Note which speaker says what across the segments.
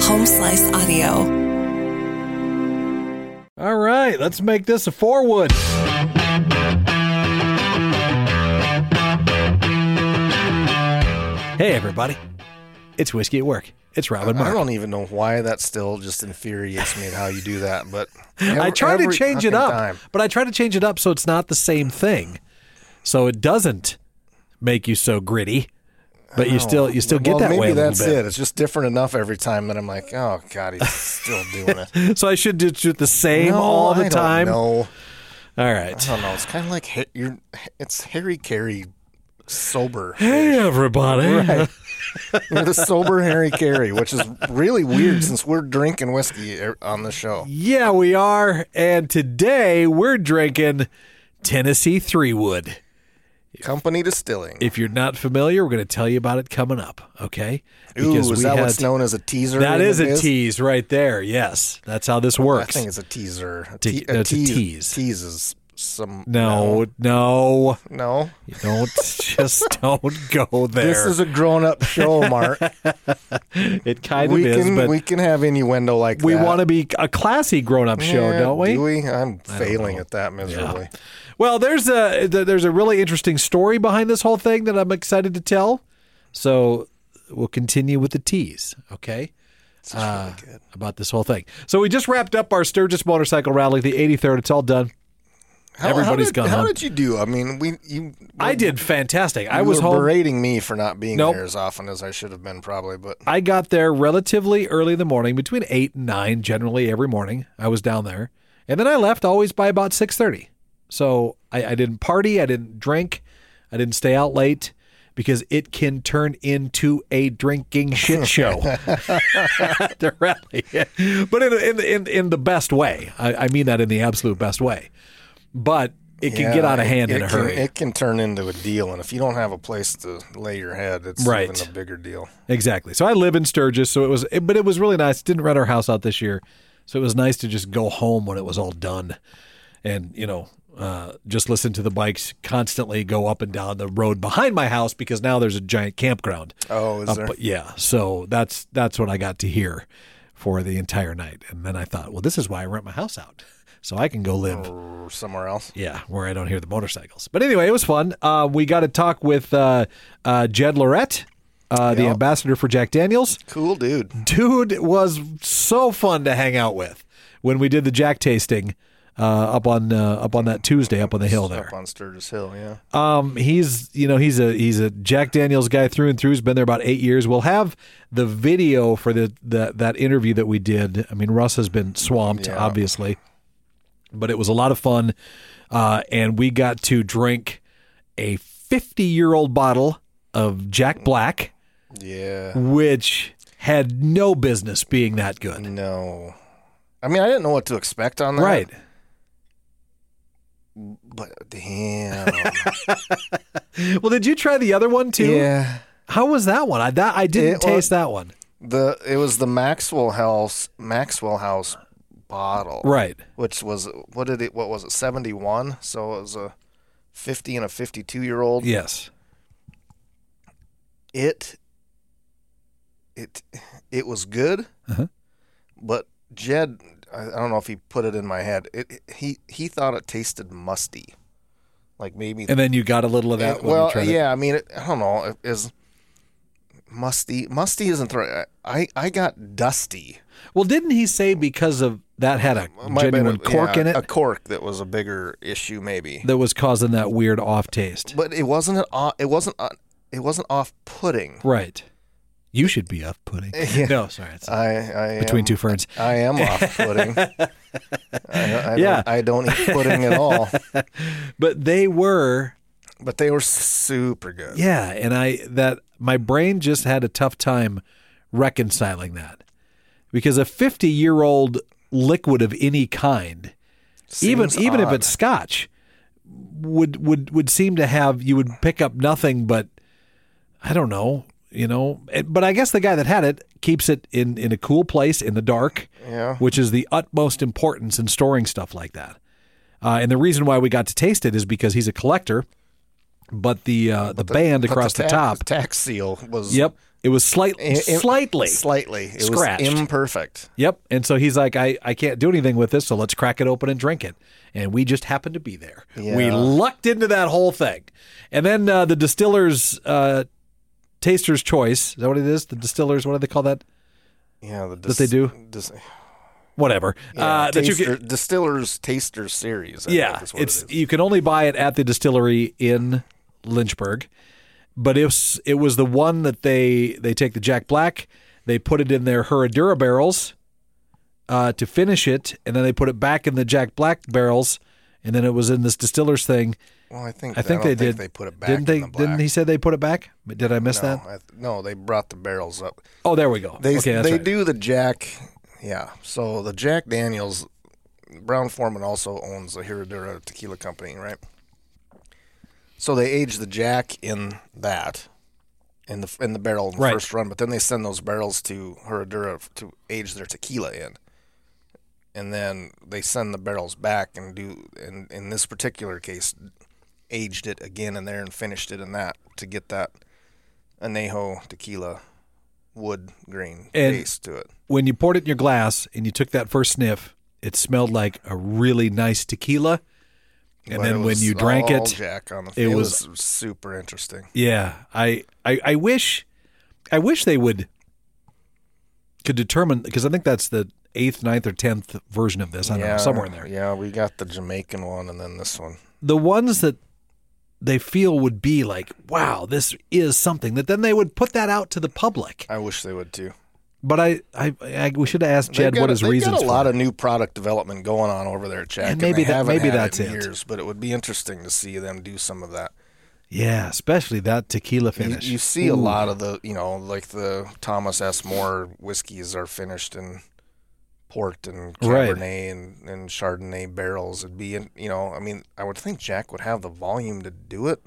Speaker 1: home slice audio.
Speaker 2: All right, let's make this a four wood. Hey, everybody. It's Whiskey at Work. It's Robin
Speaker 3: I
Speaker 2: Mark.
Speaker 3: don't even know why that still just infuriates me and how you do that, but
Speaker 2: I
Speaker 3: every-
Speaker 2: try to
Speaker 3: every
Speaker 2: change it
Speaker 3: fucking
Speaker 2: up,
Speaker 3: time.
Speaker 2: but I try to change it up so it's not the same thing. So it doesn't make you so gritty, but you still you still
Speaker 3: Oh,
Speaker 2: get
Speaker 3: well,
Speaker 2: that
Speaker 3: maybe
Speaker 2: way a little
Speaker 3: that's
Speaker 2: bit.
Speaker 3: it. It's just different enough every time that I'm like, oh god, he's still doing it.
Speaker 2: So I should just do the same
Speaker 3: No,
Speaker 2: all the
Speaker 3: I don't
Speaker 2: time.
Speaker 3: know.
Speaker 2: All right.
Speaker 3: I don't know. It's kind of like Ha- you're, it's Harry Carey sober.
Speaker 2: Hey everybody.
Speaker 3: Right. You're the sober Harry Carey, which is really weird since we're drinking whiskey er- on the show.
Speaker 2: Yeah, we are. And today we're drinking Tennessee Three Wood.
Speaker 3: Company Distilling.
Speaker 2: If you're not familiar, we're going to tell you about it coming up, okay?
Speaker 3: Ooh, is that
Speaker 2: had-
Speaker 3: what's known as a teaser?
Speaker 2: That
Speaker 3: in
Speaker 2: is
Speaker 3: the
Speaker 2: a
Speaker 3: biz?
Speaker 2: tease right there. Yes. That's how this
Speaker 3: I
Speaker 2: works.
Speaker 3: think it's a teaser. A,
Speaker 2: Te-
Speaker 3: te-
Speaker 2: no, it's a
Speaker 3: tease-
Speaker 2: tease.
Speaker 3: Tease is some.
Speaker 2: No, no.
Speaker 3: No.
Speaker 2: You Don't just don't go there.
Speaker 3: This is a grown up show, Mark.
Speaker 2: it kind
Speaker 3: we
Speaker 2: of is,
Speaker 3: can
Speaker 2: but
Speaker 3: we
Speaker 2: we,
Speaker 3: can have innuendo like that.
Speaker 2: want to be a classy grown-up show,
Speaker 3: Yeah,
Speaker 2: don't we?
Speaker 3: Do we? I'm failing at that miserably.
Speaker 2: Well, there's a th- there's a really interesting story behind this whole thing that I'm excited to tell. So we'll continue with the tease, okay? Uh, about this whole thing. So we just wrapped up our Sturgis Motorcycle Rally, the 83rd. It's all done.
Speaker 3: How,
Speaker 2: Everybody's
Speaker 3: how did,
Speaker 2: gone
Speaker 3: How
Speaker 2: home.
Speaker 3: did you do? I mean, we you.
Speaker 2: I did fantastic. I
Speaker 3: you
Speaker 2: was
Speaker 3: were
Speaker 2: home.
Speaker 3: berating me for not being
Speaker 2: Nope.
Speaker 3: there as often as I should have been, probably. But
Speaker 2: I got there relatively early in the morning, between eight and nine, generally every morning. I was down there, and then I left always by about six thirty. So I, I didn't party, I didn't drink, I didn't stay out late because it can turn into a drinking shit show at the rally, but in in in, in the best way. I, I mean that in the absolute best way, but. It can
Speaker 3: yeah,
Speaker 2: get out of hand
Speaker 3: it,
Speaker 2: in a
Speaker 3: it can-
Speaker 2: hurry.
Speaker 3: it can turn into a deal, and if you don't have a place to lay your head, it's
Speaker 2: Right.
Speaker 3: even a bigger deal.
Speaker 2: Exactly. So I live in Sturgis, so it was, it, but it was really nice. Didn't rent our house out this year, so it was nice to just go home when it was all done, and you know, uh, just listen to the bikes constantly go up and down the road behind my house because now there's a giant campground.
Speaker 3: Oh, is
Speaker 2: Up-
Speaker 3: there?
Speaker 2: but yeah, so that's that's what I got to hear for the entire night, and then I thought, well, this is why I rent my house out, so I can go live.
Speaker 3: Or somewhere else?
Speaker 2: Yeah, where I don't hear the motorcycles. But anyway, it was fun. Uh, we got to talk with uh, uh, Jed Lorette, uh, the ambassador for Jack Daniels.
Speaker 3: Cool, dude.
Speaker 2: Dude was so fun to hang out with when we did the Jack tasting uh, up on uh, up on that Tuesday up on the hill there.
Speaker 3: Up on Sturgis Hill, yeah.
Speaker 2: Um, he's you know he's a he's a Jack Daniels guy through and through. He's been there about eight years. We'll have the video for the, the that interview that we did. I mean, Russ has been swamped, obviously, but it was a lot of fun, uh, and we got to drink a fifty-year-old bottle of Jack Black,
Speaker 3: Yeah.
Speaker 2: which had no business being that good.
Speaker 3: No. I mean, I didn't know what to expect on that.
Speaker 2: Mm. Right?
Speaker 3: But damn.
Speaker 2: Well, did you try the other one too?
Speaker 3: yeah.
Speaker 2: How was that one? I that I didn't
Speaker 3: It was-
Speaker 2: taste that one.
Speaker 3: The it was the Maxwell House Maxwell House bottle.
Speaker 2: Right.
Speaker 3: Which was what did it what was it 71? So it was a 50 and a 52 year old.
Speaker 2: Yes.
Speaker 3: It it it was good.
Speaker 2: Uh-huh.
Speaker 3: But Jed I, I don't know if he put it in my head. It he he thought it tasted musty. Like maybe
Speaker 2: And then you got a little of that.
Speaker 3: Uh,
Speaker 2: when you
Speaker 3: well,
Speaker 2: tried it.
Speaker 3: yeah, I mean, it, I don't know. it Is musty? Musty isn't the right. I I got dusty.
Speaker 2: Well, didn't he say because of that had a
Speaker 3: Might have been
Speaker 2: genuine
Speaker 3: a-
Speaker 2: cork
Speaker 3: yeah,
Speaker 2: in it
Speaker 3: A cork that was a bigger issue, maybe.
Speaker 2: that was causing that weird off taste?
Speaker 3: But it wasn't an. o- It wasn't. a- It wasn't off-putting.
Speaker 2: Right. You should be off putting.
Speaker 3: Yeah.
Speaker 2: No, sorry. It's
Speaker 3: I I
Speaker 2: between
Speaker 3: am,
Speaker 2: two ferns.
Speaker 3: I am off-putting. I, I
Speaker 2: Yeah.
Speaker 3: Don't, I don't eat pudding at all.
Speaker 2: But they were,
Speaker 3: But they were super good.
Speaker 2: yeah. And I, that, my brain just had a tough time reconciling that because a 50 year old liquid of any kind, even,
Speaker 3: Seems
Speaker 2: even if
Speaker 3: odd.
Speaker 2: it's scotch, would, would, would seem to have, you would pick up nothing but I don't know, you know, It- but I guess the guy that had it keeps it in in a cool place in the dark,
Speaker 3: Yeah.
Speaker 2: which is the utmost importance in storing stuff like that. Uh, and the reason why we got to taste it is because he's a collector, but the uh, the, band
Speaker 3: But
Speaker 2: across the,
Speaker 3: tax-
Speaker 2: top,
Speaker 3: tax seal was
Speaker 2: Yep. It was slight,
Speaker 3: It- it-
Speaker 2: slightly.
Speaker 3: Slightly. It
Speaker 2: Scratched.
Speaker 3: was imperfect.
Speaker 2: Yep. And so he's like, I, I can't do anything with this, so let's crack it open and drink it. And we just happened to be there. We
Speaker 3: Yeah.
Speaker 2: lucked into that whole thing. And then uh, the distiller's uh, taster's choice. Is that what it is? The distiller's, what do they call that?
Speaker 3: Yeah, the
Speaker 2: they do?
Speaker 3: dis-
Speaker 2: Whatever.
Speaker 3: yeah,
Speaker 2: uh, that you
Speaker 3: taster-
Speaker 2: can,
Speaker 3: distillers tasters series. I
Speaker 2: yeah,
Speaker 3: think is what it
Speaker 2: it's
Speaker 3: is.
Speaker 2: you can only buy it at the distillery in Lynchburg, but it was, it was the one that they they take the Jack Black, they put it in their Herradura barrels uh, to finish it, and then they put it back in the Jack Black barrels, and then it was in this distiller's thing.
Speaker 3: Well, I think
Speaker 2: I think
Speaker 3: don't
Speaker 2: they did.
Speaker 3: They put it back.
Speaker 2: didn't they?
Speaker 3: In the black.
Speaker 2: didn't he say they put it back? But Did I miss
Speaker 3: No,
Speaker 2: that?
Speaker 3: I th- no, they brought the barrels up.
Speaker 2: Oh, there we go.
Speaker 3: They
Speaker 2: okay, that's
Speaker 3: they
Speaker 2: right.
Speaker 3: do the Jack. Yeah, so the Jack Daniels, Brown Foreman also owns the Herradura Tequila Company, right? So they age the Jack in that, in the in the barrel in the
Speaker 2: Right.
Speaker 3: first run, but then they send those barrels to Herradura f- to age their tequila in, and then they send the barrels back and do and in this particular case, aged it again in there and finished it in that to get that anejo tequila wood green
Speaker 2: And-
Speaker 3: taste to it.
Speaker 2: When you poured it in your glass and you took that first sniff, it smelled like a really nice tequila. And
Speaker 3: But
Speaker 2: then
Speaker 3: it
Speaker 2: when
Speaker 3: was
Speaker 2: you drank
Speaker 3: all
Speaker 2: it,
Speaker 3: Jack on the,
Speaker 2: it
Speaker 3: it, was, super interesting.
Speaker 2: Yeah, I, I, I wish, I wish they would could determine because I think that's the eighth, ninth, or tenth version of this. I don't know, somewhere in there.
Speaker 3: Yeah, we got the Jamaican one and then this one.
Speaker 2: The ones that they feel would be like, wow, this is something that then they would put that out to the public.
Speaker 3: I wish they would too.
Speaker 2: But I, I, I we should have asked Jed
Speaker 3: They've
Speaker 2: what
Speaker 3: got-
Speaker 2: his
Speaker 3: they've
Speaker 2: reasons
Speaker 3: got a lot
Speaker 2: for.
Speaker 3: of new product development going on over there at Jack,
Speaker 2: And
Speaker 3: and
Speaker 2: maybe
Speaker 3: they
Speaker 2: that-
Speaker 3: haven't
Speaker 2: maybe
Speaker 3: had
Speaker 2: that's
Speaker 3: it in
Speaker 2: it.
Speaker 3: years. But it would be interesting to see them do some of that.
Speaker 2: yeah, especially that tequila
Speaker 3: You,
Speaker 2: finish.
Speaker 3: you see a lot of the, you know, like the Thomas S. Moore whiskeys are finished in port and
Speaker 2: Right.
Speaker 3: Cabernet and, and Chardonnay barrels. It'd be, in, you know, I mean, I would think Jack would have the volume to do it.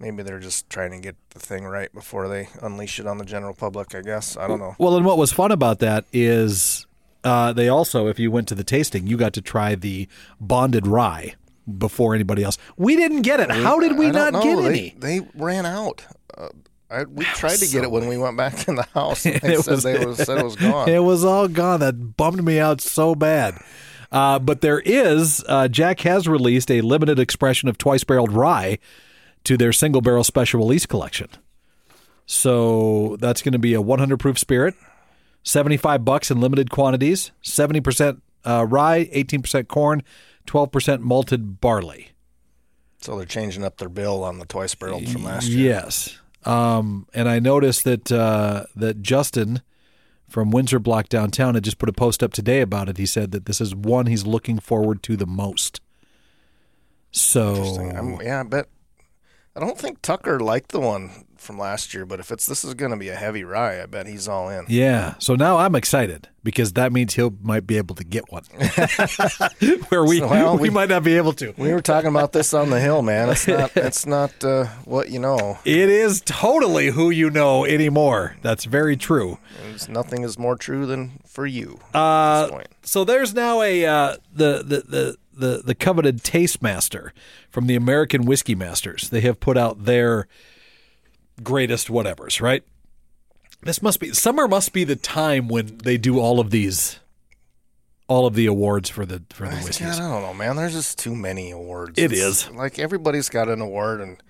Speaker 3: Maybe they're just trying to get the thing right before they unleash it on the general public. I guess I don't know.
Speaker 2: Well, and what was fun about that is uh, they also, if you went to the tasting, you got to try the bonded rye before anybody else. We didn't get it. How did we
Speaker 3: I
Speaker 2: not
Speaker 3: don't
Speaker 2: get
Speaker 3: know. They-
Speaker 2: any?
Speaker 3: They ran out. Uh, I, we tried to get it when we went back in the house. And they
Speaker 2: It
Speaker 3: said
Speaker 2: was-
Speaker 3: they was, said it was gone.
Speaker 2: It was all gone. That bummed me out so bad. Uh, but there is, uh, Jack has released a limited expression of twice barreled rye to their single barrel special release collection. So that's going to be a 100 proof spirit, 75 bucks in limited quantities, 70% uh, rye, 18% corn, 12% malted barley.
Speaker 3: so they're changing up their bill on the twice barrel from last year.
Speaker 2: Yes. Um, and I noticed that uh, that Justin from Windsor Block downtown had just put a post up today about it. He said that this is one he's looking forward to the most.
Speaker 3: Interesting.
Speaker 2: So
Speaker 3: I'm, yeah, I bet. I don't think Tucker liked the one from last year, but if it's this is going to be a heavy rye, I bet he's all in.
Speaker 2: yeah, so now I'm excited because that means he might be able to get one where we
Speaker 3: well,
Speaker 2: we
Speaker 3: we-
Speaker 2: might not be able to.
Speaker 3: We were talking about this on the hill, man. It's not. It's not uh, what you know.
Speaker 2: It is totally who you know anymore. That's very true.
Speaker 3: It's, nothing is more true than for you. at
Speaker 2: Uh,
Speaker 3: this point.
Speaker 2: so there's now a uh, the, the the the the coveted Tastemaster from the American Whiskey Masters. They have put out their greatest whatevers, right? This must be summer. Must be the time when they do all of these, all of the awards for the for the
Speaker 3: God,
Speaker 2: whiskeys.
Speaker 3: I don't know, man. There's just too many awards.
Speaker 2: It
Speaker 3: It's
Speaker 2: is.
Speaker 3: like everybody's got an award, and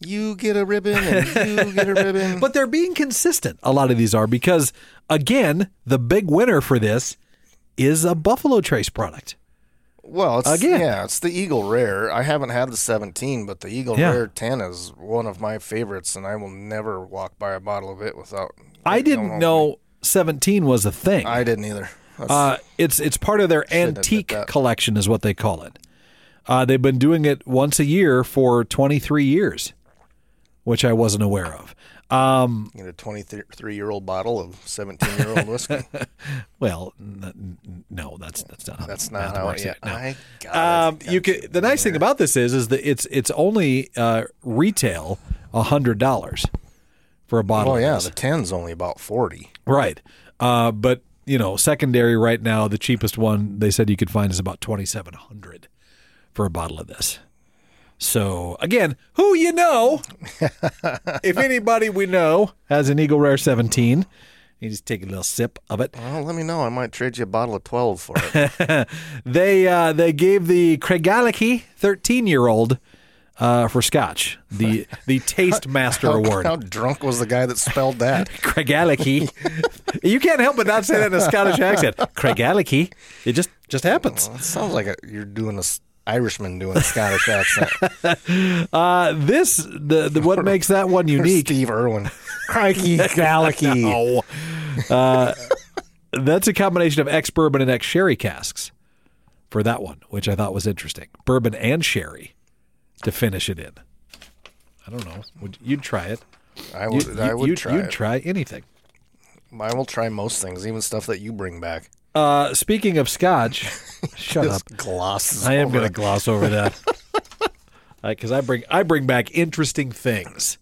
Speaker 3: you get a ribbon, and you get a ribbon.
Speaker 2: But they're being consistent. A lot of these are because again, the big winner for this is a Buffalo Trace product.
Speaker 3: Well, it's,
Speaker 2: Again.
Speaker 3: yeah, it's the Eagle Rare. I haven't had the 17, but the Eagle
Speaker 2: Yeah.
Speaker 3: Rare 10 is one of my favorites, and I will never walk by a bottle of it without.
Speaker 2: I
Speaker 3: don't
Speaker 2: didn't know 17 was a thing.
Speaker 3: I didn't either. That's-
Speaker 2: Uh, it's it's part of their
Speaker 3: admit
Speaker 2: antique
Speaker 3: that.
Speaker 2: collection, is what they call it. Uh, they've been doing it once a year for 23 years, which I wasn't aware of. Um,
Speaker 3: you get a 23 year old bottle of 17 year old whiskey.
Speaker 2: well, n- n- no, that's that's not how
Speaker 3: That's
Speaker 2: the
Speaker 3: not
Speaker 2: math
Speaker 3: how
Speaker 2: works
Speaker 3: it, yeah,
Speaker 2: no.
Speaker 3: I got
Speaker 2: Um,
Speaker 3: it.
Speaker 2: you can. The nice thing about this is, is that it's it's only uh, retail hundred dollars for a bottle.
Speaker 3: Oh,
Speaker 2: of
Speaker 3: yeah,
Speaker 2: this.
Speaker 3: the 10's only about 40.
Speaker 2: Right. Uh, but you know, secondary right now, the cheapest one they said you could find is about twenty seven hundred for a bottle of this. So again, who you know, if anybody we know has an Eagle Rare 17, you just take a little sip of it.
Speaker 3: Well, let me know. I might trade you a bottle of 12 for it.
Speaker 2: They uh, they gave the Craigallachie 13 year old uh, for Scotch the the Taste Master Award.
Speaker 3: How drunk was the guy that spelled that?
Speaker 2: Craigallachie. you can't help but not say that in a Scottish accent. Craigallachie. It just just happens.
Speaker 3: That sounds like a, you're doing a s- Irishman doing a Scottish accent.
Speaker 2: Uh, this the, the what makes that one
Speaker 3: Or
Speaker 2: unique.
Speaker 3: Steve Irwin. Crikey, Gallicky.
Speaker 2: Oh. Uh, that's a combination of ex bourbon and ex sherry casks for that one, which I thought was interesting. Bourbon and sherry to finish it in. I don't know. Would you'd try it?
Speaker 3: I
Speaker 2: You,
Speaker 3: would, I
Speaker 2: you-
Speaker 3: would
Speaker 2: you'd-
Speaker 3: try.
Speaker 2: You'd
Speaker 3: it.
Speaker 2: try anything.
Speaker 3: I will try most things, even stuff that you bring back.
Speaker 2: Uh, speaking of scotch, shut up.
Speaker 3: Just glosses.
Speaker 2: I am
Speaker 3: over
Speaker 2: going to
Speaker 3: it.
Speaker 2: gloss over that because I bring I bring back interesting things.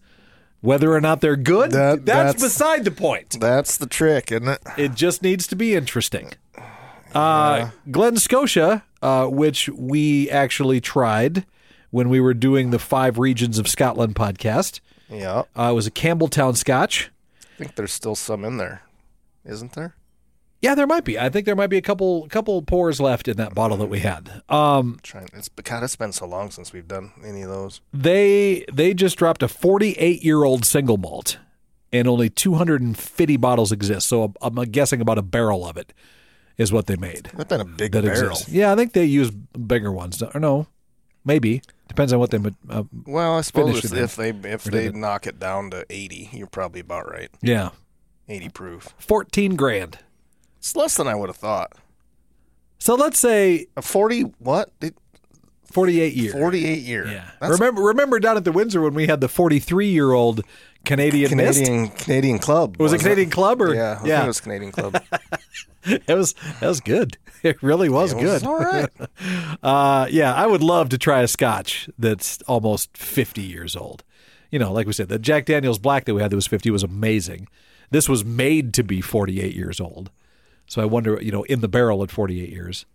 Speaker 2: Whether or not they're good, that's
Speaker 3: That- that's-
Speaker 2: beside the point.
Speaker 3: That's the trick, isn't it?
Speaker 2: It just needs to be interesting. Uh, Glen Scotia, uh, which we actually tried when we were doing the Five Regions of Scotland podcast,
Speaker 3: Yeah.
Speaker 2: uh, it was a Campbelltown Scotch.
Speaker 3: I think there's still some in there, isn't there?
Speaker 2: Yeah, there might be. I think there might be a couple couple pours left in that bottle that we had. Um,
Speaker 3: Trying. It's God. It's been so long since we've done any of those.
Speaker 2: they they just dropped a 48 year old single malt, and only 250 bottles exist. So I'm, I'm guessing about a barrel of it is what they made.
Speaker 3: That's been a big
Speaker 2: that
Speaker 3: barrel.
Speaker 2: exists. Yeah, I think they use bigger ones. Or no, maybe depends on what they. ma- Uh,
Speaker 3: Well, I suppose
Speaker 2: Finished
Speaker 3: if,
Speaker 2: it
Speaker 3: if they if they knock it down to 80, you're probably about right.
Speaker 2: yeah,
Speaker 3: 80 proof.
Speaker 2: fourteen grand.
Speaker 3: It's less than I would have thought.
Speaker 2: So let's say
Speaker 3: A 40 what? Did-
Speaker 2: forty-eight years.
Speaker 3: 48 year.
Speaker 2: yeah.
Speaker 3: That's
Speaker 2: Remember, remember down at the Windsor when we had the forty-three-year-old Canadian, mist?
Speaker 3: Canadian Canadian club.
Speaker 2: Was it
Speaker 3: wasn't
Speaker 2: Canadian Club or
Speaker 3: Yeah, I think it was Canadian club.
Speaker 2: it was that was good. It really was
Speaker 3: It
Speaker 2: good.
Speaker 3: was all right.
Speaker 2: Uh, yeah, I would love to try a scotch that's almost 50 years old. You know, like we said, the Jack Daniels Black that we had that was 50 was amazing. This was made to be 48 years old. So I wonder, you know, in the barrel at 48 years.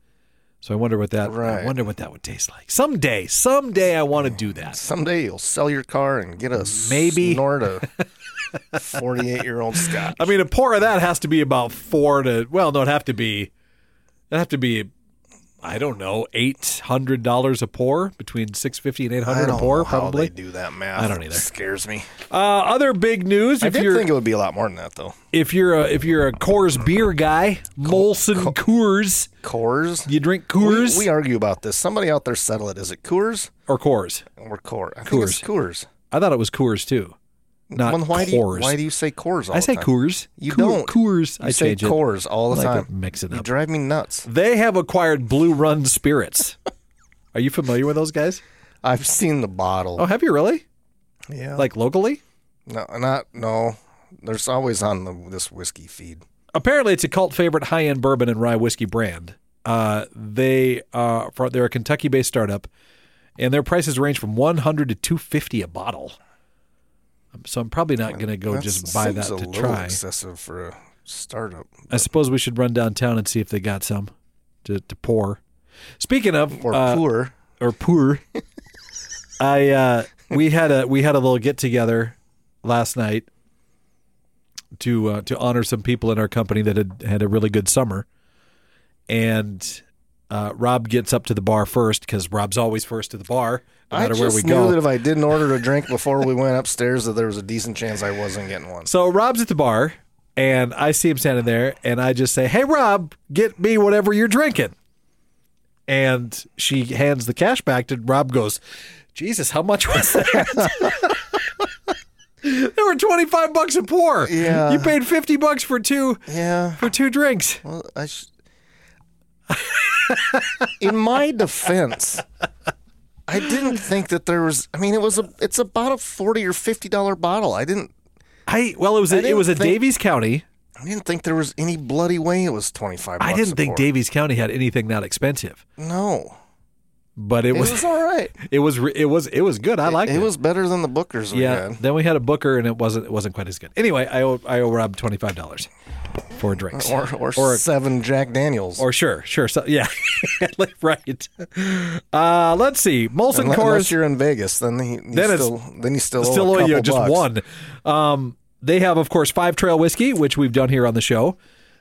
Speaker 2: So I wonder what that I
Speaker 3: Right.
Speaker 2: wonder what that would taste like. Someday, someday I want to do that.
Speaker 3: Someday you'll sell your car and get a
Speaker 2: Maybe.
Speaker 3: snort of 48 year old Scott.
Speaker 2: I mean, a pour of that has to be about 4 to well, no, it'd have to be it'd have to be I don't know, $800 a pour, between 650 and 800
Speaker 3: I
Speaker 2: a
Speaker 3: don't
Speaker 2: pour
Speaker 3: know how
Speaker 2: probably.
Speaker 3: they do that math.
Speaker 2: I don't either.
Speaker 3: It scares me.
Speaker 2: Uh, other big news.
Speaker 3: I
Speaker 2: If
Speaker 3: did
Speaker 2: you're
Speaker 3: think it would be a lot more than that though.
Speaker 2: if you're a if you're a Coors beer guy, Molson Coors,
Speaker 3: Coors.
Speaker 2: you drink Coors
Speaker 3: We argue about this. Somebody out there settle it. Is it Coors
Speaker 2: or Coors?
Speaker 3: or Coors? I think it's Coors.
Speaker 2: I thought it was Coors too, not
Speaker 3: Well, why
Speaker 2: Coors.
Speaker 3: do you, why do you say Coors all
Speaker 2: I
Speaker 3: the
Speaker 2: say
Speaker 3: time?
Speaker 2: Coors.
Speaker 3: You
Speaker 2: Coor-
Speaker 3: don't.
Speaker 2: Coors.
Speaker 3: You
Speaker 2: I
Speaker 3: say
Speaker 2: change it.
Speaker 3: Coors all the
Speaker 2: I like to
Speaker 3: time.
Speaker 2: mix it
Speaker 3: You
Speaker 2: up.
Speaker 3: drive me nuts.
Speaker 2: They have acquired Blue Run Spirits. Are you familiar with those guys?
Speaker 3: I've seen the bottle.
Speaker 2: Oh, have you really?
Speaker 3: yeah.
Speaker 2: Like locally?
Speaker 3: no, not no. There's always on the, this whiskey feed.
Speaker 2: apparently it's a cult favorite high end bourbon and rye whiskey brand. Uh, they uh, for, they're a Kentucky based startup, and their prices range from one hundred to two fifty a bottle. Um, So I'm probably not going to go
Speaker 3: That
Speaker 2: just buy that
Speaker 3: seems a
Speaker 2: to
Speaker 3: little
Speaker 2: try.
Speaker 3: Excessive for a startup.
Speaker 2: I suppose we should run downtown and see if they got some to, to pour. Speaking of
Speaker 3: Or
Speaker 2: uh,
Speaker 3: poor.
Speaker 2: or poor. I uh, we had a we had a little get together last night to uh, to honor some people in our company that had had a really good summer, and uh, Rob gets up to the bar first because Rob's always first to the bar, no
Speaker 3: I
Speaker 2: matter
Speaker 3: just
Speaker 2: where we
Speaker 3: knew
Speaker 2: go.
Speaker 3: that if I didn't order a drink before we went upstairs, that there was a decent chance I wasn't getting one.
Speaker 2: So Rob's at the bar, and I see him standing there, and I just say, "Hey, Rob, get me whatever you're drinking." And she hands the cash back to Rob. Goes, Jesus, how much was that? they were twenty five bucks a pour.
Speaker 3: Yeah.
Speaker 2: you paid fifty bucks for two
Speaker 3: Yeah.
Speaker 2: for two drinks.
Speaker 3: Well, I. Sh- In my defense, I didn't think that there was. I mean, it was a. It's about a forty or fifty dollar bottle. I didn't.
Speaker 2: I well, it was a, it
Speaker 3: didn't
Speaker 2: was a
Speaker 3: think-
Speaker 2: Davies County.
Speaker 3: I didn't think there was any bloody way it was twenty five.
Speaker 2: I didn't think Davies County had anything that expensive,
Speaker 3: No,
Speaker 2: but it
Speaker 3: it
Speaker 2: was
Speaker 3: was all right.
Speaker 2: it was re- it was it was good. I liked it.
Speaker 3: It was better than the Bookers we
Speaker 2: Yeah.
Speaker 3: had.
Speaker 2: Then we had a Booker, and it wasn't it wasn't quite as good. Anyway, I owe, I owe Rob twenty five dollars for drinks.
Speaker 3: or, or,
Speaker 2: Or-
Speaker 3: seven Jack Daniels.
Speaker 2: Or sure, sure. So yeah, Like, right. Uh, let's see. Molson
Speaker 3: Unle- unless
Speaker 2: Coors
Speaker 3: you're in Vegas, then he, you
Speaker 2: Then it's-
Speaker 3: still then you still,
Speaker 2: still
Speaker 3: owe a
Speaker 2: owe
Speaker 3: couple
Speaker 2: you just
Speaker 3: bucks.
Speaker 2: one. Um, they have, of course, Five Trail whiskey, which we've done here on the show.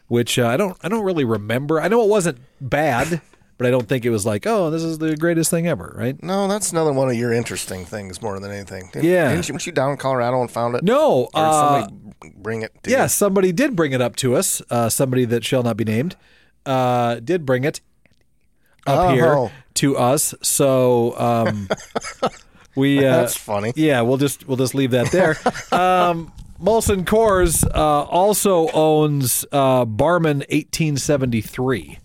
Speaker 2: Which uh, I don't, I don't really remember. I know it wasn't bad, but I don't think it was like, oh, this is the greatest thing ever, right?
Speaker 3: No, that's another one of your interesting things more than anything. Didn't,
Speaker 2: Yeah.
Speaker 3: didn't you, weren't you down in Colorado and found it?
Speaker 2: No.
Speaker 3: Or did
Speaker 2: uh,
Speaker 3: somebody b- bring it. To
Speaker 2: yeah, somebody did bring it up to us. Uh, somebody that shall not be named uh, did bring it up
Speaker 3: Oh.
Speaker 2: here to us. So um, we
Speaker 3: you?
Speaker 2: uh,
Speaker 3: that's funny.
Speaker 2: yeah, we'll just we'll just leave that there. um, Molson Coors uh, also owns uh, Barman 1873,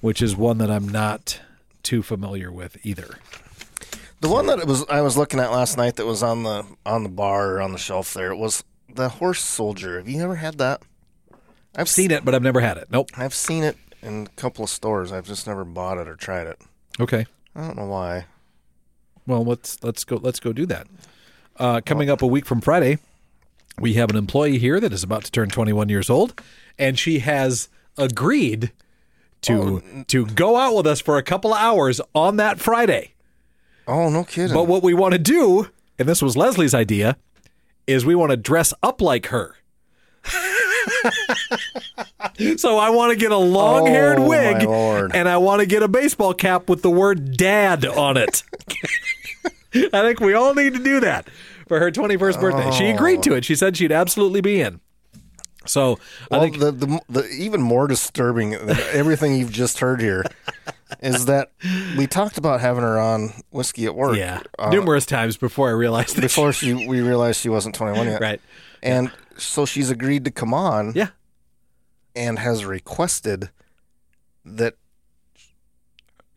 Speaker 2: which is one that I'm not too familiar with either.
Speaker 3: The one that it was I was looking at last night that was on the on the bar or on the shelf there was the horse soldier. Have you ever had that? I've
Speaker 2: Seen it, but I've never had it. Nope.
Speaker 3: I've seen it in a couple of stores. I've just never bought it or tried it.
Speaker 2: Okay.
Speaker 3: I don't know why.
Speaker 2: Well, let's let's go let's go do that. Uh, coming up a week from Friday, we have an employee here that is about to turn 21 years old, and she has agreed to to go out with us for a couple of hours on that Friday.
Speaker 3: Oh, no kidding.
Speaker 2: But what we want to do, and this was Leslie's idea, is we want to dress up like her. so I want to get a long-haired
Speaker 3: Oh, my
Speaker 2: wig,
Speaker 3: Lord.
Speaker 2: and I want to get a baseball cap with the word "Dad" on it. I think we all need to do that for her 21st birthday. She agreed
Speaker 3: Oh.
Speaker 2: to it. She said she'd absolutely be in. So I
Speaker 3: well,
Speaker 2: think
Speaker 3: the, the the even more disturbing than everything you've just heard here is that we talked about having her on whiskey at work.
Speaker 2: yeah,
Speaker 3: uh,
Speaker 2: numerous times before I realized that.
Speaker 3: before she we realized she wasn't 21 yet.
Speaker 2: right?
Speaker 3: And so she's agreed to come on
Speaker 2: Yeah,
Speaker 3: and has requested that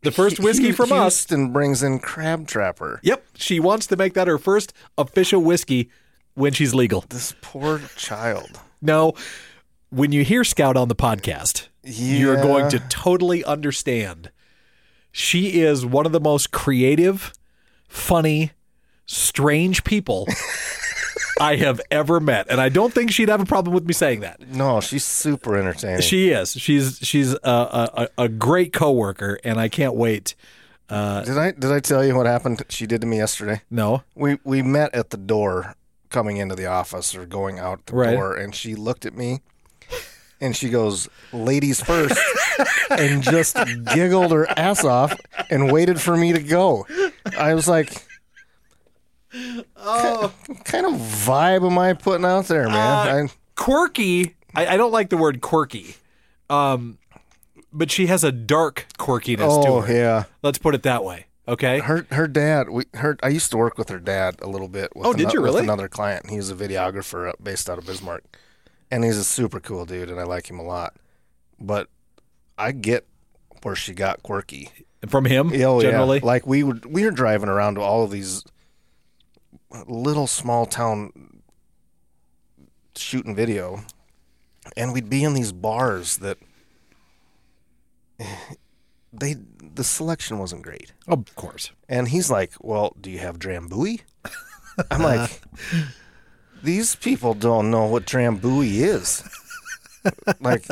Speaker 2: the first
Speaker 3: Hu-
Speaker 2: whiskey
Speaker 3: Hu-
Speaker 2: from us
Speaker 3: Houston brings in Crab Trapper.
Speaker 2: Yep, she wants to make that her first official whiskey when she's legal.
Speaker 3: This poor child.
Speaker 2: No, when you hear Scout on the podcast, you're
Speaker 3: Yeah.
Speaker 2: going to totally understand. She is one of the most creative, funny, strange people I have ever met, and I don't think she'd have a problem with me saying that.
Speaker 3: No, she's super entertaining.
Speaker 2: She is. She's she's a a, a a great coworker, and I can't wait. Uh,
Speaker 3: did I did I tell you what happened? She did to me yesterday.
Speaker 2: no,
Speaker 3: We we met at the door coming into the office or going out the
Speaker 2: Right.
Speaker 3: door, and she looked at me, and she goes, "Ladies first," and just giggled her ass off and waited for me to go. I was like. Oh, what kind of vibe am I putting out there, man? I,
Speaker 2: quirky. I, I don't like the word quirky, um, but she has a dark quirkiness to
Speaker 3: oh
Speaker 2: her.
Speaker 3: yeah,
Speaker 2: Let's put it that way. Okay.
Speaker 3: her her dad. We her. I used to work with her dad a little bit. With
Speaker 2: Oh, did
Speaker 3: ano-
Speaker 2: you really?
Speaker 3: With another client. He was a videographer up- based out of Bismarck, and he's a super cool dude, and I like him a lot. But I get where she got quirky.
Speaker 2: From him,
Speaker 3: Oh, yeah.
Speaker 2: generally.
Speaker 3: Like we would we were driving around to all of these little small town shooting video, and we'd be in these bars that they the selection wasn't great.
Speaker 2: Of course.
Speaker 3: And he's like, "Well, do you have Drambuie?" I'm like, "These people don't know what Drambuie is. like,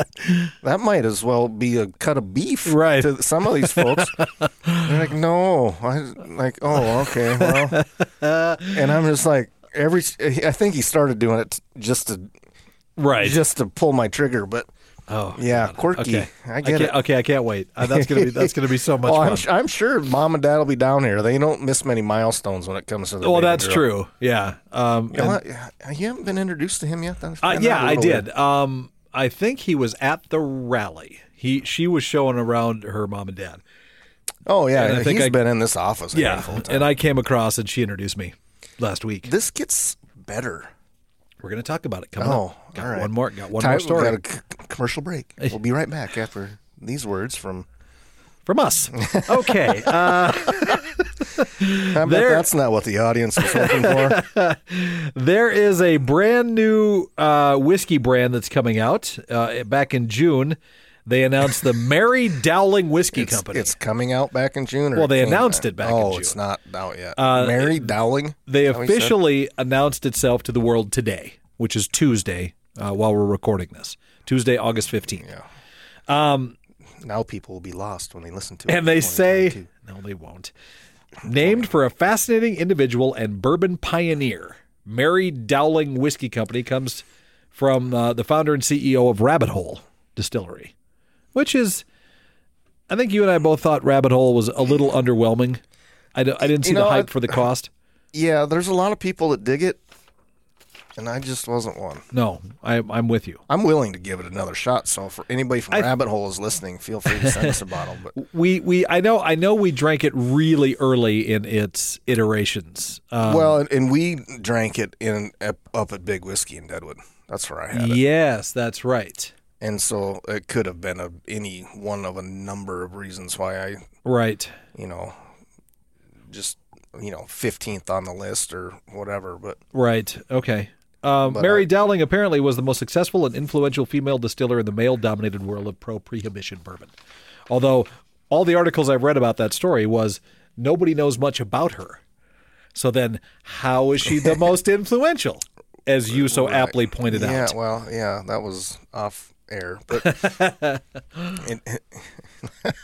Speaker 3: that might as well be a cut of beef,
Speaker 2: Right.
Speaker 3: To some of these folks, they're like, "No, I like, oh, okay, well." and I'm just like, every I think he started doing it just to
Speaker 2: Right.
Speaker 3: just to pull my trigger, but
Speaker 2: oh.
Speaker 3: yeah, quirky.
Speaker 2: Okay.
Speaker 3: I get
Speaker 2: can't,
Speaker 3: it.
Speaker 2: Okay, I can't wait. Uh, that's gonna be that's gonna be so much
Speaker 3: Oh, I'm,
Speaker 2: fun.
Speaker 3: su- I'm sure mom and dad will be down here. They don't miss many milestones when it comes to the.
Speaker 2: well,
Speaker 3: baby
Speaker 2: that's
Speaker 3: girl.
Speaker 2: true. Yeah. Um,
Speaker 3: You, know what? Yeah, you haven't been introduced to him yet. That's
Speaker 2: Uh,
Speaker 3: kind of
Speaker 2: yeah,
Speaker 3: a
Speaker 2: I
Speaker 3: little
Speaker 2: did.
Speaker 3: weird.
Speaker 2: Um, I think he was at the rally. He she was showing around her mom and dad.
Speaker 3: Oh yeah,
Speaker 2: And I
Speaker 3: he's
Speaker 2: think I-
Speaker 3: been in this office. A handful
Speaker 2: Yeah,
Speaker 3: of times.
Speaker 2: and I came across and she introduced me last week.
Speaker 3: this gets better.
Speaker 2: We're gonna talk about it coming
Speaker 3: Oh,
Speaker 2: up. Got
Speaker 3: all right.
Speaker 2: one more. Got one
Speaker 3: Time-
Speaker 2: more
Speaker 3: we've
Speaker 2: story.
Speaker 3: Got a c- c- commercial break. We'll be right back after these words from.
Speaker 2: from us. Okay. Uh,
Speaker 3: I bet
Speaker 2: There-
Speaker 3: that's not what the audience was hoping for.
Speaker 2: there is a brand new uh, whiskey brand that's coming out. Uh, back in June, they announced the Mary Dowling Whiskey
Speaker 3: It's,
Speaker 2: Company.
Speaker 3: it's coming out back in June. Or
Speaker 2: Well, they
Speaker 3: it came
Speaker 2: announced
Speaker 3: out?
Speaker 2: it back in
Speaker 3: Oh,
Speaker 2: June. Uh,
Speaker 3: it's not out yet. Mary Dowling.
Speaker 2: they
Speaker 3: Is that what you said?
Speaker 2: officially announced itself to the world today, which is Tuesday, uh, while we're recording this. Tuesday, August 15th.
Speaker 3: Yeah.
Speaker 2: Um,
Speaker 3: Now people will be lost when they listen to it.
Speaker 2: and they
Speaker 3: in
Speaker 2: say,
Speaker 3: 2022.
Speaker 2: no, they won't. Named for a fascinating individual and bourbon pioneer, Mary Dowling Whiskey Company comes from uh, the founder and CEO of Rabbit Hole Distillery, which is, I think you and I both thought Rabbit Hole was a little underwhelming. I, d- I didn't see
Speaker 3: You know,
Speaker 2: the hype
Speaker 3: I-
Speaker 2: for the cost.
Speaker 3: "Yeah, there's a lot of people that dig it, and I just wasn't one."
Speaker 2: No, I, I'm with you.
Speaker 3: I'm willing to give it another shot. So for anybody from Rabbit Hole is listening, feel free to send us a bottle. But
Speaker 2: We we I know I know we drank it really early in its iterations. Uh,
Speaker 3: well, and, and we drank it in up up at Big Whiskey in Deadwood. That's where I had it.
Speaker 2: yes, that's right.
Speaker 3: And so it could have been a, any one of a number of reasons why I,
Speaker 2: Right.
Speaker 3: you know, just you know, 15th on the list or whatever. But
Speaker 2: Right. Okay. Um,
Speaker 3: uh,
Speaker 2: Mary Dowling apparently was the most successful and influential female distiller in the male dominated world of pro prohibition bourbon. Although all the articles I've read about that story was nobody knows much about her. So then, how is she the most influential? As you so aptly pointed
Speaker 3: yeah,
Speaker 2: out.
Speaker 3: well, yeah, that was off air, but it,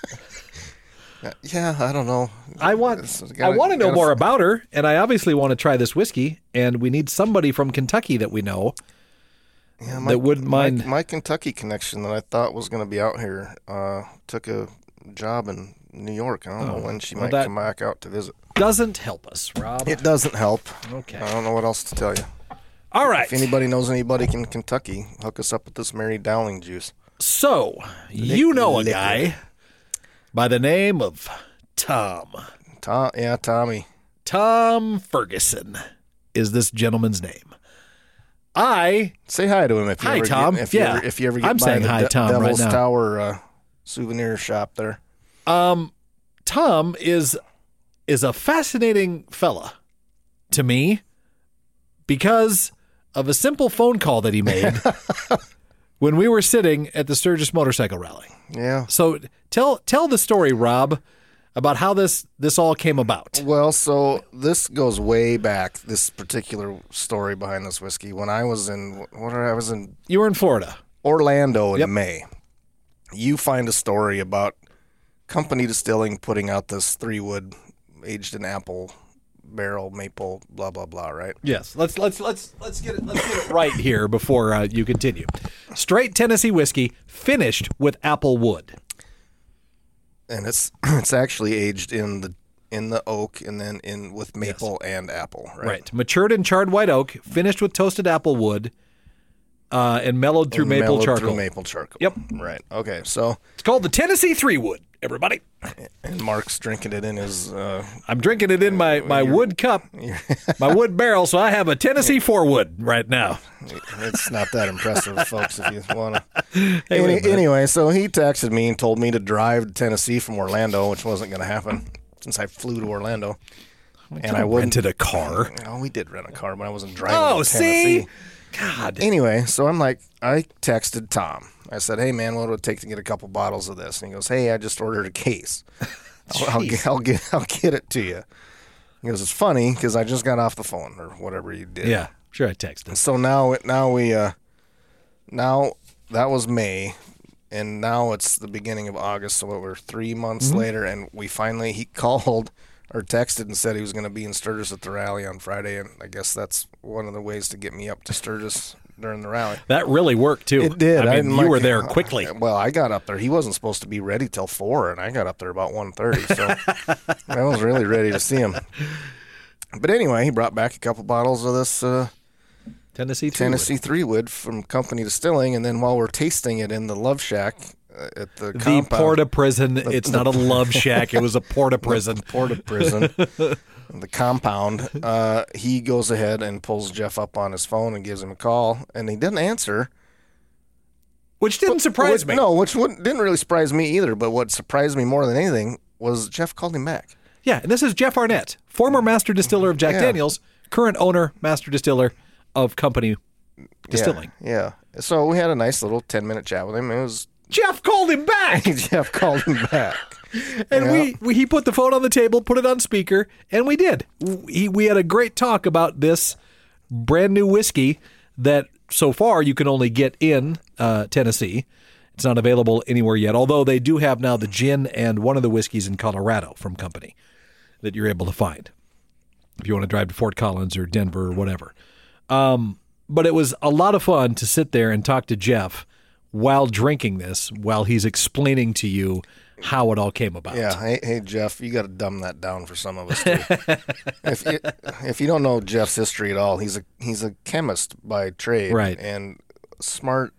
Speaker 3: Uh, yeah, I don't know.
Speaker 2: I want
Speaker 3: This has
Speaker 2: I
Speaker 3: gotta-
Speaker 2: want to know
Speaker 3: gotta-
Speaker 2: more about her, and I obviously want to try this whiskey. And we need somebody from Kentucky that we know
Speaker 3: Yeah,
Speaker 2: that wouldn't mind.
Speaker 3: My Kentucky connection that I thought was going to be out here uh, took a job in New York. I don't know when she might
Speaker 2: Oh, that-
Speaker 3: come back out to visit.
Speaker 2: Doesn't help us, Rob.
Speaker 3: It doesn't help.
Speaker 2: Okay.
Speaker 3: I don't know what else to tell you.
Speaker 2: All right.
Speaker 3: If anybody knows anybody in Kentucky, hook us up with this Mary Dowling juice.
Speaker 2: So you know a
Speaker 3: liquid.
Speaker 2: guy by the name of Tom.
Speaker 3: Tom, yeah, Tommy.
Speaker 2: Tom Ferguson is this gentleman's name. I
Speaker 3: Say hi to him if you
Speaker 2: Hi,
Speaker 3: ever
Speaker 2: Tom.
Speaker 3: Get, if
Speaker 2: Yeah.
Speaker 3: you ever, if you ever get
Speaker 2: I'm
Speaker 3: by
Speaker 2: saying
Speaker 3: the
Speaker 2: hi,
Speaker 3: De-
Speaker 2: Tom, right
Speaker 3: Devil's
Speaker 2: now.
Speaker 3: Tower uh, souvenir shop there.
Speaker 2: um Tom is is a fascinating fella to me because of a simple phone call that he made when we were sitting at the Sturgis motorcycle rally.
Speaker 3: Yeah.
Speaker 2: So tell tell the story, Rob, about how this this all came about.
Speaker 3: Well, so this goes way back. This particular story behind this whiskey. When I was in, what I was in
Speaker 2: You were in Florida.
Speaker 3: Orlando in May, you find a story about Company Distilling putting out this three wood aged in apple barrel maple blah blah blah right
Speaker 2: Yes, let's let's let's let's get it let's get it right here before uh, you continue. Straight Tennessee whiskey finished with apple wood.
Speaker 3: and it's it's actually aged in the in the oak and then in with maple and apple right,
Speaker 2: Matured in charred white oak, finished with toasted apple wood, uh, and mellowed through maple
Speaker 3: Mellowed
Speaker 2: charcoal.
Speaker 3: through maple charcoal
Speaker 2: Yep.
Speaker 3: right okay so
Speaker 2: It's called the Tennessee Three Wood. Everybody,
Speaker 3: and Mark's drinking it in his uh,
Speaker 2: I'm drinking it in my my wood cup, my wood barrel. So I have a Tennessee Four Wood right now.
Speaker 3: it's not that impressive folks if you want to
Speaker 2: Hey, wait a
Speaker 3: Any,
Speaker 2: minute.
Speaker 3: anyway, so he texted me and told me to drive to Tennessee from Orlando, which wasn't going to happen since I flew to Orlando. and I wouldn't.
Speaker 2: rented a car.
Speaker 3: Oh, we did rent a car, but I wasn't driving.
Speaker 2: Oh,
Speaker 3: to Tennessee.
Speaker 2: see, God,
Speaker 3: Anyway, so I'm like, I texted Tom. I said, "Hey, man, what would it take to get a couple bottles of this?" And he goes, "Hey, I just ordered a case. I'll, I'll, get, I'll get, I'll get it to you." He goes, "It's funny because I just got off the phone or whatever you did."
Speaker 2: yeah, sure. I texted.
Speaker 3: So now, it- now we, uh, now that was May, and now it's the beginning of August. So we're three months later, and we finally he called or texted and said he was going to be in Sturgis at the rally on Friday, and I guess that's one of the ways to get me up to Sturgis during the rally.
Speaker 2: That really worked too.
Speaker 3: It did.
Speaker 2: I mean,
Speaker 3: didn't
Speaker 2: you
Speaker 3: like-
Speaker 2: were there quickly.
Speaker 3: Well, I got up there. He wasn't supposed to be ready till four, and I got up there about one thirty. So I was really ready to see him. But anyway, he brought back a couple bottles of this. Uh,
Speaker 2: Tennessee Three Wood.
Speaker 3: Tennessee Three Wood from Company Distilling, and then while we're tasting it in the Love Shack uh, at the,
Speaker 2: the
Speaker 3: compound,
Speaker 2: Porta Prison. it's not a love shack. It was a Porta Prison.
Speaker 3: Porta prison, the compound, uh, he goes ahead and pulls Jeff up on his phone and gives him a call, and he didn't answer.
Speaker 2: Which didn't surprise
Speaker 3: What-
Speaker 2: me.
Speaker 3: No, which wouldn't, didn't really surprise me either. But what surprised me more than anything was Jeff called him back.
Speaker 2: Yeah, and this is Jeff Arnett, former master distiller of Jack
Speaker 3: Yeah.
Speaker 2: Daniels, current owner, master distiller of Company Distilling.
Speaker 3: Yeah, yeah. So we had a nice little ten minute chat with him. It was
Speaker 2: Jeff called him back,
Speaker 3: Jeff called him back.
Speaker 2: and we, we he put the phone on the table, put it on speaker, and we did. We, we had a great talk about this brand new whiskey that so far you can only get in uh, Tennessee. It's not available anywhere yet, although they do have now the gin and one of the whiskeys in Colorado from company that you're able to find if you want to drive to Fort Collins or Denver or whatever. Um, but it was a lot of fun to sit there and talk to Jeff while drinking this, while he's explaining to you how it all came about.
Speaker 3: Yeah. Hey, hey, Jeff, you got to dumb that down for some of us. Too. if you if you don't know Jeff's history at all, he's a he's a chemist by trade,
Speaker 2: Right.
Speaker 3: And smart,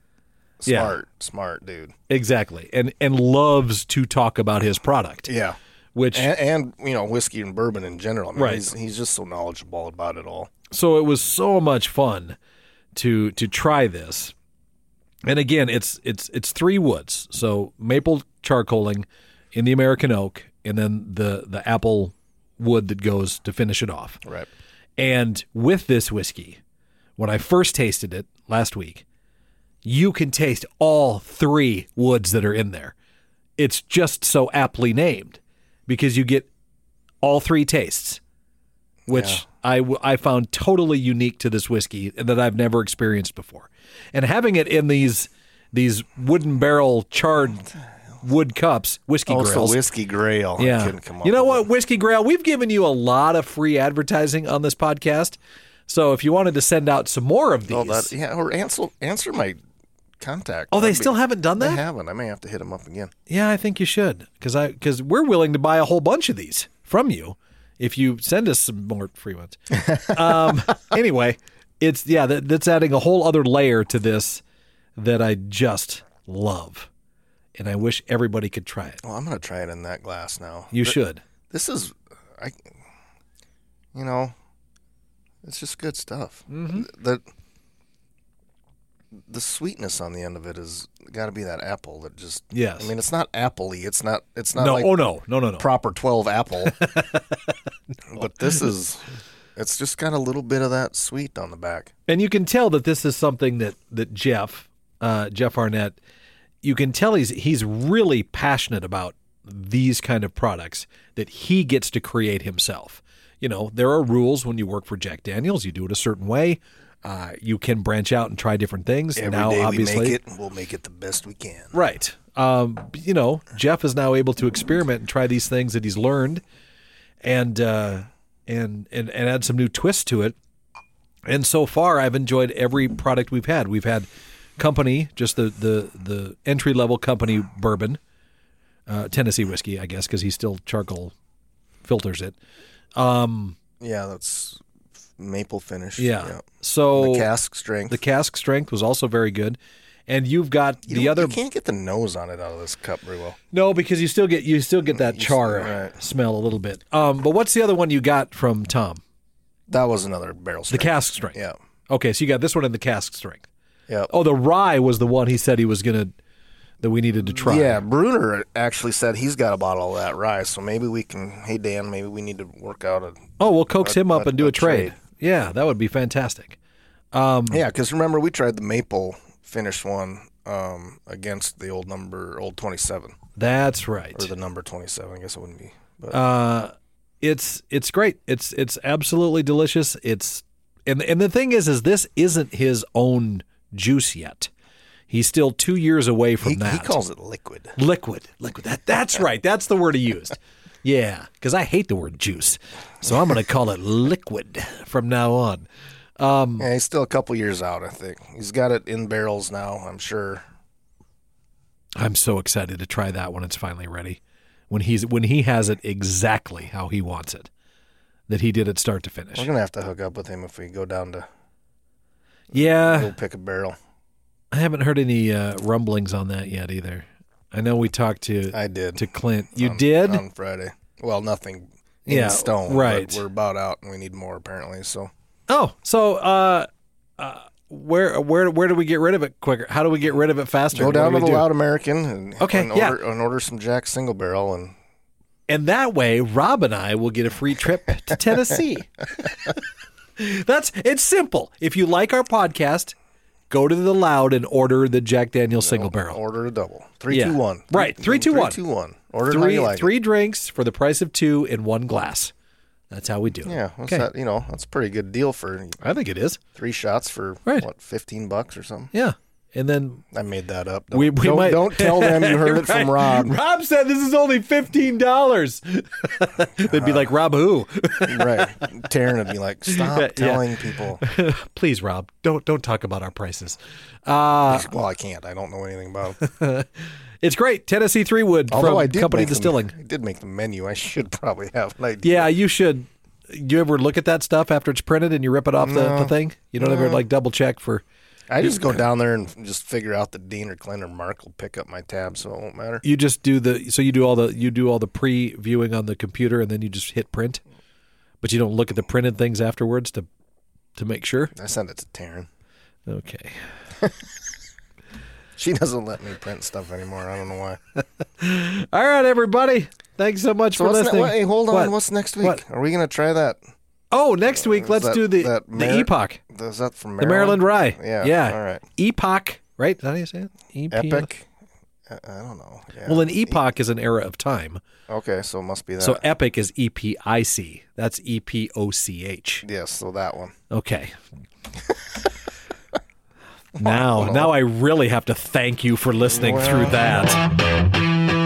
Speaker 2: Yeah.
Speaker 3: smart, smart dude.
Speaker 2: Exactly. And and loves to talk about his product,
Speaker 3: Yeah.
Speaker 2: which
Speaker 3: And, and you know whiskey and bourbon in general. I mean,
Speaker 2: Right.
Speaker 3: He's, he's just so knowledgeable about it all.
Speaker 2: so it was so much fun to to try this and again it's it's it's three woods so maple charcoaling in the american oak and then the the apple wood that goes to finish it off
Speaker 3: Right.
Speaker 2: and with this whiskey when i first tasted it last week you can taste all three woods that are in there it's just so aptly named because you get all three tastes which I I, w- I found totally unique to this whiskey that I've never experienced before. And having it in these these wooden barrel charred wood cups, whiskey
Speaker 3: Oh, it's the
Speaker 2: grails.
Speaker 3: whiskey grail. I
Speaker 2: yeah.
Speaker 3: couldn't come up
Speaker 2: you know
Speaker 3: with
Speaker 2: what, Whiskey Grail, we've given you a lot of free advertising on this podcast. So if you wanted to send out some more of these.
Speaker 3: it. Oh, that, yeah. Or answer answer my contact.
Speaker 2: Oh, they
Speaker 3: That'd be-
Speaker 2: still haven't done
Speaker 3: They
Speaker 2: that?
Speaker 3: haven't. I may have to hit him up again.
Speaker 2: Yeah, I think you should because I because we're willing to buy a whole bunch of these from you if you send us some more free ones. um, anyway, it's yeah that, that's adding a whole other layer to this that I just love, and I wish everybody could try it.
Speaker 3: Well, Oh, I'm gonna try it in that glass now.
Speaker 2: You
Speaker 3: Th-
Speaker 2: should.
Speaker 3: This is, I, you know, it's just good stuff.
Speaker 2: Mm-hmm.
Speaker 3: The the sweetness on the end of it is got to be that apple that just.
Speaker 2: Yes.
Speaker 3: I mean, it's not appley. It's not. It's not
Speaker 2: No.
Speaker 3: like
Speaker 2: oh no. No. No. No.
Speaker 3: proper twelve apple. but this is. It's just got a little bit of that sweet on the back.
Speaker 2: And you can tell that this is something that that Jeff, uh, Jeff Arnett, you can tell he's he's really passionate about these kind of products that he gets to create himself. You know, there are rules when you work for Jack Daniels. You do it a certain way. Uh, you can branch out and try different things.
Speaker 3: Every day
Speaker 2: now, obviously,
Speaker 3: we make it, we'll make it the best we can.
Speaker 2: Right. Um, you know, Jeff is now able to experiment and try these things that he's learned, and uh, and and and add some new twists to it. And so far, I've enjoyed every product we've had. We've had company, just the the the entry level company bourbon, uh, Tennessee whiskey, I guess, because he still charcoal filters it.
Speaker 3: Yeah, that's maple finish.
Speaker 2: Yeah. So
Speaker 3: The cask strength.
Speaker 2: the cask strength was also very good, and you've got the
Speaker 3: You-
Speaker 2: other
Speaker 3: you can't get the nose on it out of this cup very well.
Speaker 2: No, because you still get you still get that char
Speaker 3: Oh, right.
Speaker 2: smell a little bit. Um, but what's the other one you got from Tom?
Speaker 3: That was another barrel
Speaker 2: The
Speaker 3: strength.
Speaker 2: cask strength.
Speaker 3: yeah,
Speaker 2: Okay, so you got this one in the cask strength.
Speaker 3: yeah,
Speaker 2: Oh, the rye was the one he said he was gonna that we needed to try.
Speaker 3: yeah. Bruner actually said he's got a bottle of that rye, so maybe we can. Hey Dan, maybe we need to work out a.
Speaker 2: Oh, we'll coax him up
Speaker 3: but-
Speaker 2: and do a
Speaker 3: but
Speaker 2: trade.
Speaker 3: trade.
Speaker 2: Yeah, that would be fantastic. Um,
Speaker 3: Yeah, because remember we tried the maple finished one um, against the old number, old twenty seven,
Speaker 2: That's right.
Speaker 3: or the number twenty seven. I guess it wouldn't be. But
Speaker 2: Uh, it's it's great. It's it's absolutely delicious. It's and and the thing is, is this isn't his own juice yet. He's still two years away from
Speaker 3: he,
Speaker 2: that.
Speaker 3: he calls it liquid.
Speaker 2: Liquid. Liquid. That, that's right. That's the word he used. Yeah, because I hate the word juice. So I'm going to call it liquid from now on. Um,
Speaker 3: Yeah, he's still a couple years out. I think he's got it in barrels now. I'm sure.
Speaker 2: I'm so excited to try that when it's finally ready. When he's when he has it exactly how he wants it, that he did it start to
Speaker 3: We're
Speaker 2: finish.
Speaker 3: gonna have to hook up with him if we go down to
Speaker 2: Yeah,
Speaker 3: go pick a barrel.
Speaker 2: I haven't heard any uh, rumblings on that yet either. I know we talked to
Speaker 3: I did.
Speaker 2: to Clint. You
Speaker 3: on-
Speaker 2: did?
Speaker 3: on Friday. Well, nothing in
Speaker 2: Yeah,
Speaker 3: stone.
Speaker 2: right.
Speaker 3: But we're about out, and we need more apparently. So
Speaker 2: Oh, so uh, uh, where where where do we get rid of it quicker? How do we get rid of it faster?
Speaker 3: go
Speaker 2: What do
Speaker 3: down
Speaker 2: we
Speaker 3: to the
Speaker 2: do?
Speaker 3: Loud American and
Speaker 2: Okay,
Speaker 3: and
Speaker 2: yeah.
Speaker 3: order, and order some Jack Single Barrel and
Speaker 2: And that way, Rob and I will get a free trip to Tennessee. That's it's simple. If you like our podcast, go to the loud and order the Jack Daniel single barrel.
Speaker 3: order a double. Three,
Speaker 2: Yeah.
Speaker 3: two, one.
Speaker 2: Right, three, two, one.
Speaker 3: Three, two, one. Order it how
Speaker 2: Three
Speaker 3: you like. it.
Speaker 2: three drinks for the price of two in one glass. That's how we do it.
Speaker 3: Yeah, what's
Speaker 2: Okay.
Speaker 3: that? You know, that's a pretty good deal for
Speaker 2: I think it is.
Speaker 3: three shots for
Speaker 2: Right.
Speaker 3: what, fifteen bucks or something.
Speaker 2: Yeah. And then
Speaker 3: I made that up. Don't,
Speaker 2: we, we
Speaker 3: don't,
Speaker 2: might
Speaker 3: don't tell them you heard it from
Speaker 2: Right.
Speaker 3: Rob.
Speaker 2: Rob said this is only fifteen dollars. They'd be like, Rob, who?
Speaker 3: right. Taryn would be like, stop
Speaker 2: Yeah.
Speaker 3: telling people.
Speaker 2: Please, Rob, don't don't talk about our prices. Uh,
Speaker 3: Well, I can't. I don't know anything about them.
Speaker 2: it's great. Tennessee Three Wood
Speaker 3: Although
Speaker 2: from
Speaker 3: I did
Speaker 2: Company
Speaker 3: make the-
Speaker 2: Distilling.
Speaker 3: I did make the menu. I should probably have an idea.
Speaker 2: Yeah, you should. You ever look at that stuff after it's printed and you rip it off the, the thing? You don't ever like double check for.
Speaker 3: I just go down there and just figure out that Dean or Clint or Mark will pick up my tab, so it won't matter.
Speaker 2: You just do the so you do all the you do all the pre viewing on the computer and then you just hit print, but you don't look at the printed things afterwards to to make sure.
Speaker 3: I send it to Taryn.
Speaker 2: Okay.
Speaker 3: She doesn't let me print stuff anymore. I don't know why.
Speaker 2: All right, everybody. Thanks so much
Speaker 3: So
Speaker 2: for
Speaker 3: what's ne-
Speaker 2: listening.
Speaker 3: wait, hey, hold on.
Speaker 2: What?
Speaker 3: What's next week?
Speaker 2: What?
Speaker 3: Are we gonna try that?
Speaker 2: Oh, next week let's
Speaker 3: that-
Speaker 2: do the
Speaker 3: that
Speaker 2: the
Speaker 3: Mar-
Speaker 2: epoch,
Speaker 3: Is that from
Speaker 2: the
Speaker 3: Maryland?
Speaker 2: Maryland Rye.
Speaker 3: Yeah,
Speaker 2: yeah.
Speaker 3: all right.
Speaker 2: Epoch, right? Is that how you say it? E P O-
Speaker 3: Epic. I, I don't know. Yeah.
Speaker 2: Well, an epoch is an era of time.
Speaker 3: okay, so it must be that.
Speaker 2: So epic is E P I C. That's E P O C H.
Speaker 3: yes, so that one.
Speaker 2: Okay. now, now I really have to thank you for listening through that.